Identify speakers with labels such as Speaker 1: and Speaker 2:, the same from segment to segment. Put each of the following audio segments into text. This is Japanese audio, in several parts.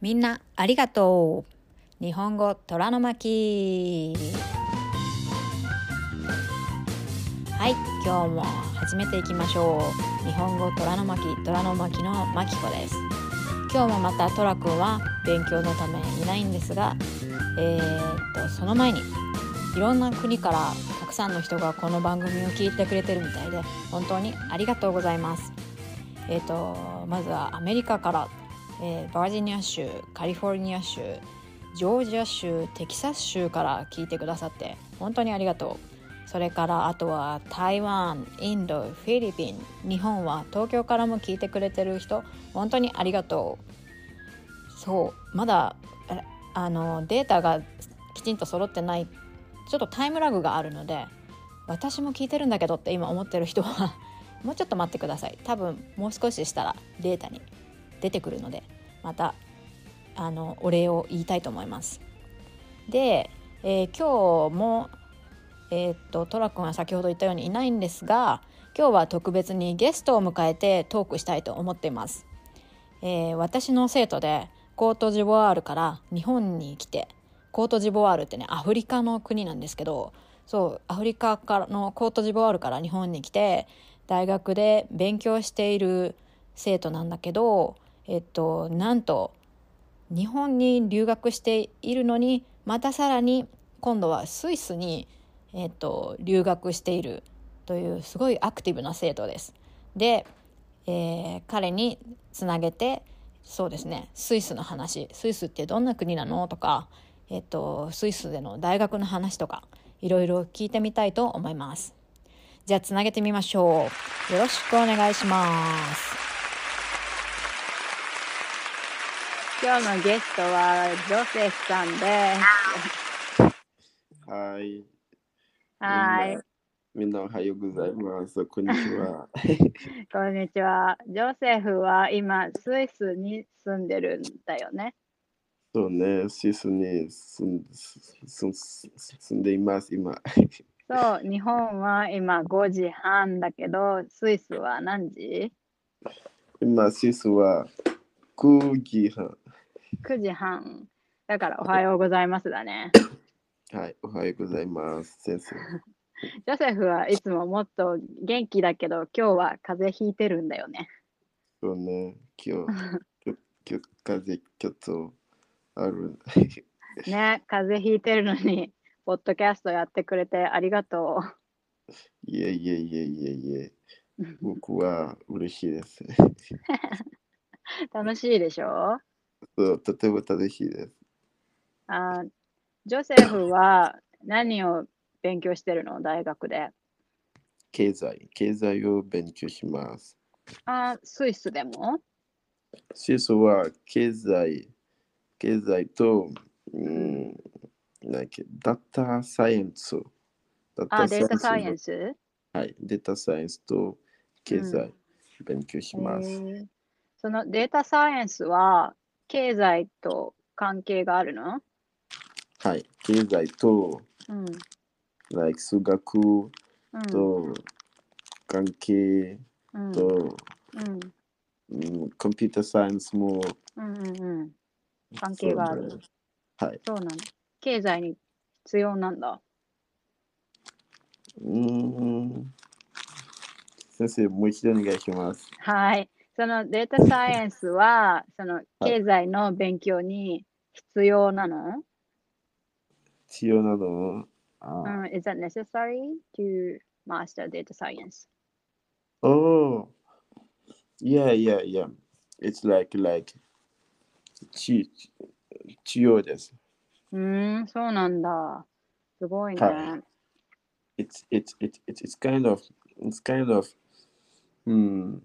Speaker 1: みんなありがとう日本語虎の巻はい今日も始めていきましょう日本語虎の巻虎の巻の巻子です今日もまた虎くんは勉強のためいないんですがえー、っとその前にいろんな国からたくさんの人がこの番組を聞いてくれてるみたいで本当にありがとうございますえー、とまずはアメリカからえー、バージニア州カリフォルニア州ジョージア州テキサス州から聞いてくださって本当にありがとうそれからあとは台湾インドフィリピン日本は東京からも聞いてくれてる人本当にありがとうそうまだああのデータがきちんと揃ってないちょっとタイムラグがあるので私も聞いてるんだけどって今思ってる人はもうちょっと待ってください多分もう少ししたらデータに出てくるのでまたあのお礼を言いたいと思います。で、えー、今日も、えー、っとトラ君は先ほど言ったようにいないんですが今日は特別にゲストを迎えてトークしたいと思っています。えー、私の生徒でコートジボワールから日本に来てコートジボワールってねアフリカの国なんですけどそうアフリカからのコートジボワールから日本に来て大学で勉強している生徒なんだけどえっと、なんと日本に留学しているのにまたさらに今度はスイスに、えっと、留学しているというすごいアクティブな生徒です。で、えー、彼につなげてそうですねスイスの話スイスってどんな国なのとか、えっと、スイスでの大学の話とかいろいろ聞いてみたいと思います。じゃあつなげてみましょう。よろしくお願いします。
Speaker 2: 今日のゲストはジョセフさんです。
Speaker 3: はい。
Speaker 2: はい。
Speaker 3: みんなおはようございます。 こんにちは。
Speaker 2: こんにちは。ジョセフは今、スイスに住んでるんだよね。
Speaker 3: そうね、スイスに住ん住んでいます、 今。
Speaker 2: そう、日本は今5時半だけど、スイスは何時
Speaker 3: 今、スイスは9時半。
Speaker 2: 9時半。だからおはようございますだ ね。
Speaker 3: はい、おはようございます、先生。
Speaker 2: ジョセフはいつももっと元気だけど、今日は風邪ひいてるんだよね。
Speaker 3: そうね、今 日、今日風邪ちょっとある。
Speaker 2: ね、風邪ひいてるのに、ポッドキャストやってくれてありがと
Speaker 3: う。いえいえいえいえいえ。僕は嬉しいです。
Speaker 2: 楽しいでしょ
Speaker 3: そう、とても楽しいです。
Speaker 2: あジョセフは何を勉強してるの大学で。
Speaker 3: 経済、経済を勉強します。
Speaker 2: あスイスでも
Speaker 3: スイスは経済、経済と、うん、なんけダータサイエンス。
Speaker 2: ダータサイエンス
Speaker 3: はい、データサイエンスと経済、勉強します。うん
Speaker 2: そのデータサイエンスは経済と関係があるの
Speaker 3: はい、経済と、
Speaker 2: うん、
Speaker 3: like 数学と関係と、
Speaker 2: うん、うん、
Speaker 3: コンピュータサイエンスも、
Speaker 2: うんうんうん、関係がある。
Speaker 3: はい。
Speaker 2: そうなの。経済に必要なんだ。
Speaker 3: うん。先生、もう一度お願いします。
Speaker 2: はい。そのデータサイエンスは、その経済の勉強に必要なの、はい、
Speaker 3: 必要なの
Speaker 2: あ、うん、Is that necessary to master data science?
Speaker 3: Oh, yeah, yeah, yeah. It's like, like, 必要です。、
Speaker 2: うん、そうなんだ。すごいね。はい
Speaker 3: it's, it's, it's, it's kind of, it's kind of, うん。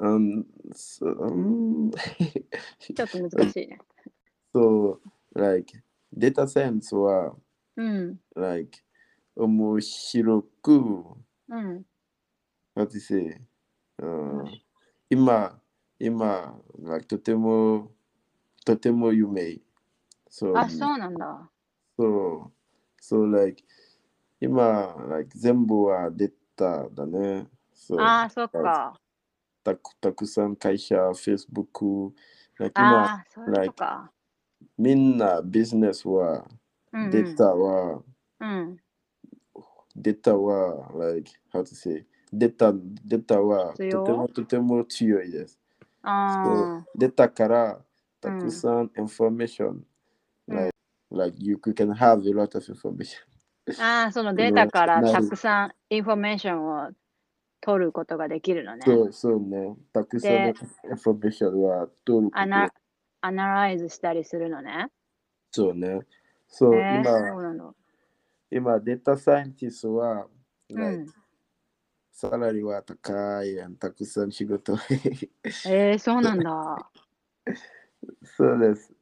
Speaker 3: um, so, um,
Speaker 2: ちょっと難しいね。
Speaker 3: そう、like、データサイエンスは、
Speaker 2: うん、
Speaker 3: like、面白く、
Speaker 2: うん、
Speaker 3: what to say、uh, 今、今、like、とても、とても有名。
Speaker 2: Ah, So, あ、そうなんだ。
Speaker 3: そう、so, like、今、like、全部はデータだね。
Speaker 2: So, ああ、そっか。
Speaker 3: たくたくさん会社、Facebook、 Like, 今、
Speaker 2: ああ、そういうことか。
Speaker 3: みんなビジネスは、
Speaker 2: うんうん
Speaker 3: データは、
Speaker 2: うん。
Speaker 3: データは、like, how to say, データ、データは、とて
Speaker 2: 必要
Speaker 3: もとても強いです。
Speaker 2: ああ、
Speaker 3: データから、たくさん information、
Speaker 2: うん
Speaker 3: like, like you can have a lot of information.
Speaker 2: ああ、そのデータから
Speaker 3: な
Speaker 2: た
Speaker 3: る
Speaker 2: くさんインフォメーションを取ることができるのね。
Speaker 3: そうそうね。たくさんの
Speaker 2: で
Speaker 3: information は取るこ
Speaker 2: ア
Speaker 3: と
Speaker 2: ナアナライズしたりするのね。
Speaker 3: そうね。そう、
Speaker 2: ねそ
Speaker 3: 今、
Speaker 2: うなの。
Speaker 3: 今、データサイエンティストは、
Speaker 2: う
Speaker 3: like,
Speaker 2: ん、
Speaker 3: サラリーは高いやん、たくさん仕事。
Speaker 2: えー、そうなんだ。
Speaker 3: そうです。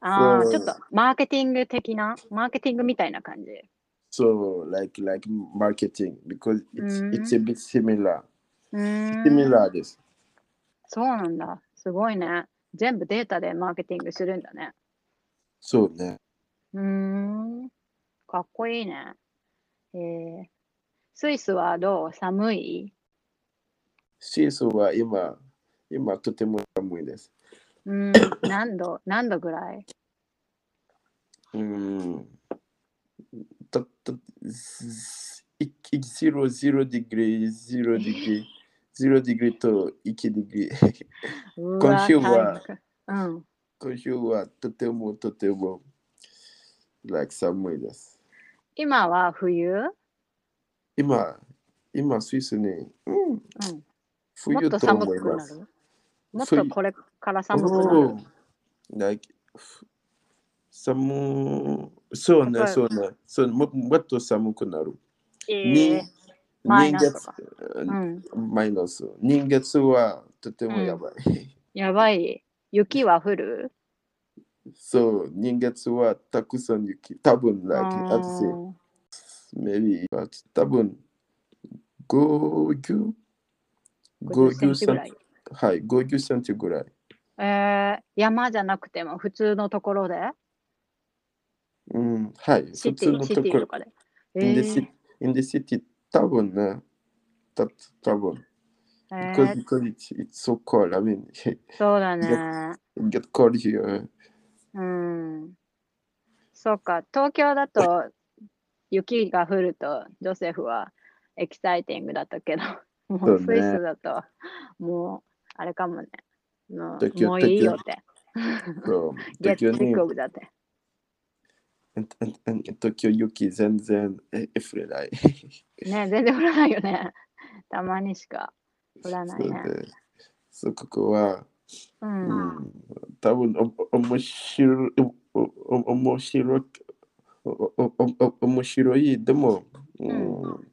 Speaker 2: ああ、
Speaker 3: そう
Speaker 2: ちょっとマーケティング的な、マーケティングみたいな感じ。
Speaker 3: So, like, like marketing, because it's,
Speaker 2: Mhm.
Speaker 3: it's a bit similar.
Speaker 2: うーん、
Speaker 3: Similar です。
Speaker 2: そうなんだ。すごいね。全部データでマーケティングするんだね。
Speaker 3: そうね。
Speaker 2: うーん、かっこいいね。えー、スイスはどう寒い
Speaker 3: シーソーは今、今とても寒いです。
Speaker 2: う ーん、何度、何度ぐらい
Speaker 3: うん。たたすいいゼロゼロディグリー、ゼロディグリー、ゼロディグリーと1ディグリー。
Speaker 2: う
Speaker 3: 今
Speaker 2: わ
Speaker 3: 週は
Speaker 2: 寒くうん。
Speaker 3: 今週はとてもとても、like 寒いです。
Speaker 2: 今は冬
Speaker 3: 今、今、スイスに、うん、
Speaker 2: もっ
Speaker 3: 冬
Speaker 2: と
Speaker 3: と
Speaker 2: 寒
Speaker 3: 思い
Speaker 2: く
Speaker 3: ま
Speaker 2: な
Speaker 3: す。
Speaker 2: るもっ
Speaker 3: 冬
Speaker 2: とこれから寒くなる
Speaker 3: お。ー like ふ寒そう
Speaker 2: や
Speaker 3: ね
Speaker 2: っぱり
Speaker 3: そうねそうねももっと寒くなる。
Speaker 2: えー
Speaker 3: に
Speaker 2: マイナスと
Speaker 3: 人
Speaker 2: か
Speaker 3: 月
Speaker 2: うん、
Speaker 3: マイナス。人月はとてもやばい。
Speaker 2: やばい。雪は降る
Speaker 3: そう、人月はたくさん雪。多分、like,
Speaker 2: う
Speaker 3: I'd say
Speaker 2: ーん
Speaker 3: maybe, but 多分、50、
Speaker 2: 50センチぐらい。
Speaker 3: はい、50センチぐらい。
Speaker 2: えー、山じゃなくても普通のところで
Speaker 3: うん、はい、普
Speaker 2: シテ
Speaker 3: 通
Speaker 2: ィ
Speaker 3: の
Speaker 2: シ
Speaker 3: と
Speaker 2: ティ
Speaker 3: こ
Speaker 2: と
Speaker 3: ろ。
Speaker 2: かで。
Speaker 3: in the
Speaker 2: えー
Speaker 3: city, in the city 多分ね、た多分。
Speaker 2: え
Speaker 3: Because,
Speaker 2: ー
Speaker 3: because it's, it's so cold. I mean, it
Speaker 2: そうだね。
Speaker 3: get cold here.
Speaker 2: うん。そうか、東京だと雪が降るとジョセフはエキサイティングだったけど、もう
Speaker 3: そう
Speaker 2: ス
Speaker 3: ね
Speaker 2: イスだともうあれかもね。も
Speaker 3: 東
Speaker 2: う
Speaker 3: 京
Speaker 2: もういいよ
Speaker 3: 東
Speaker 2: って。
Speaker 3: So,
Speaker 2: ゲッ
Speaker 3: Tokyo
Speaker 2: ト
Speaker 3: ni
Speaker 2: ピクオブだって。
Speaker 3: and, and, and Tokyo Yuki Zen Zen every day.
Speaker 2: ね、全然降らないよね。たまにしか降らないね。
Speaker 3: そうここは、
Speaker 2: うん。
Speaker 3: うん、多分おお面白いおお面白くおおおお面白いでも、うん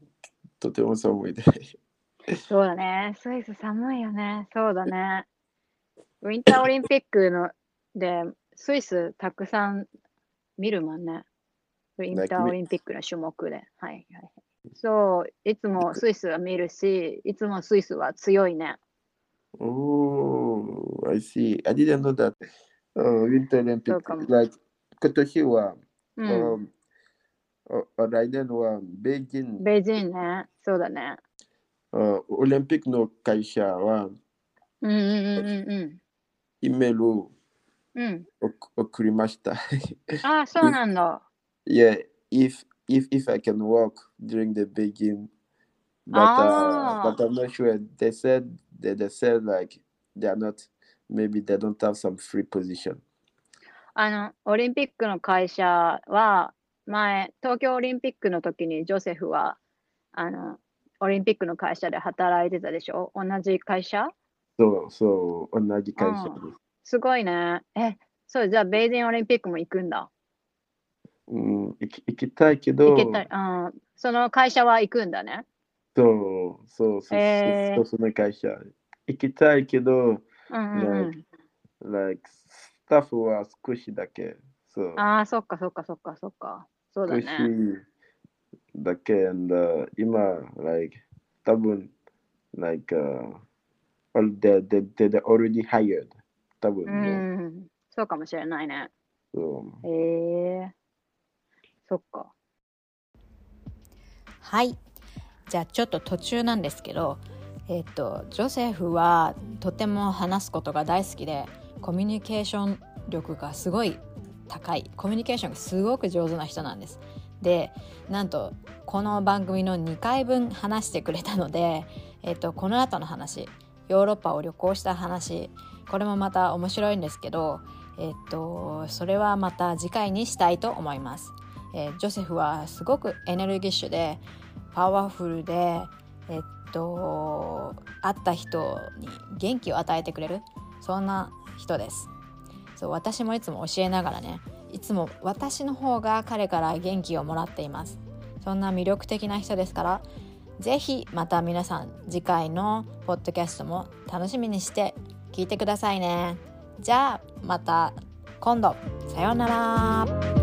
Speaker 3: とても寒いで。
Speaker 2: そうだね。スイス寒いよね。そうだね。ウィンターオリンピックので、スイスたくさん見るもんね。ウィンターオリンピックの種目で。はいはいはい。そう、いつもスイスは見るし、いつもスイスは強いね。
Speaker 3: Oh, I see. I didn't know that. Oh, Winter Olympic.
Speaker 2: そうかも。
Speaker 3: Like, 今年は、
Speaker 2: うん。
Speaker 3: um, おお来年は、ベイジン、
Speaker 2: ベイジンね。そうだね。
Speaker 3: おオリンピックの会社は、
Speaker 2: うんうんうんうん
Speaker 3: イメールを
Speaker 2: うん。うん。
Speaker 3: お送りました。
Speaker 2: ああ、そうなんだ。
Speaker 3: yeah, if, if, if I can walk during the begin. But, uh,
Speaker 2: Ah.
Speaker 3: but I'm not sure. They said, they, they said like, they are not, maybe they don't have some free position.
Speaker 2: あの、オリンピックの会社は、前、東京オリンピックの時にジョセフは、あの、オリンピックの会社で働いてたでしょ同じ会社
Speaker 3: そうそう、同じ会社です。
Speaker 2: すごいね。え、そう、じゃあ、ベイデンオリンピックも行くんだ。
Speaker 3: うん、行き行きたいけど、
Speaker 2: 行けたい。うん。その会社は行くんだね。
Speaker 3: そうそうそう、
Speaker 2: へー
Speaker 3: そうその会社。行きたいけど、
Speaker 2: うんうんうん。
Speaker 3: like、スタッフは少しだけ、そう、
Speaker 2: ああ、そっかそっかそっかそっか。そうだ
Speaker 3: 少し
Speaker 2: ね。
Speaker 3: だけ、and, uh, 今、like、多分、like、uh, all they, they, they, they already hired. 多分
Speaker 2: う
Speaker 3: ね、
Speaker 2: ん。そうかもしれないね。
Speaker 3: そう
Speaker 2: へえ。そっか。
Speaker 1: はいじゃあちょっと途中なんですけどえっとジョセフはとても話すことが大好きでコミュニケーション力がすごい高いコミュニケーションがすごく上手な人なんです。でなんとこの番組の2回分話してくれたので、えっと、この後の話ヨーロッパを旅行した話これもまた面白いんですけど、えっと、それはまた次回にしたいと思います。えージョセフはすごくエネルギッシュでパワフルで、えっと、会った人に元気を与えてくれるそんな人ですそう私もいつも教えながらねいつも私の方が彼から元気をもらっていますそんな魅力的な人ですからぜひまた皆さん次回のポッドキャストも楽しみにして聞いてくださいねじゃあまた今度さようなら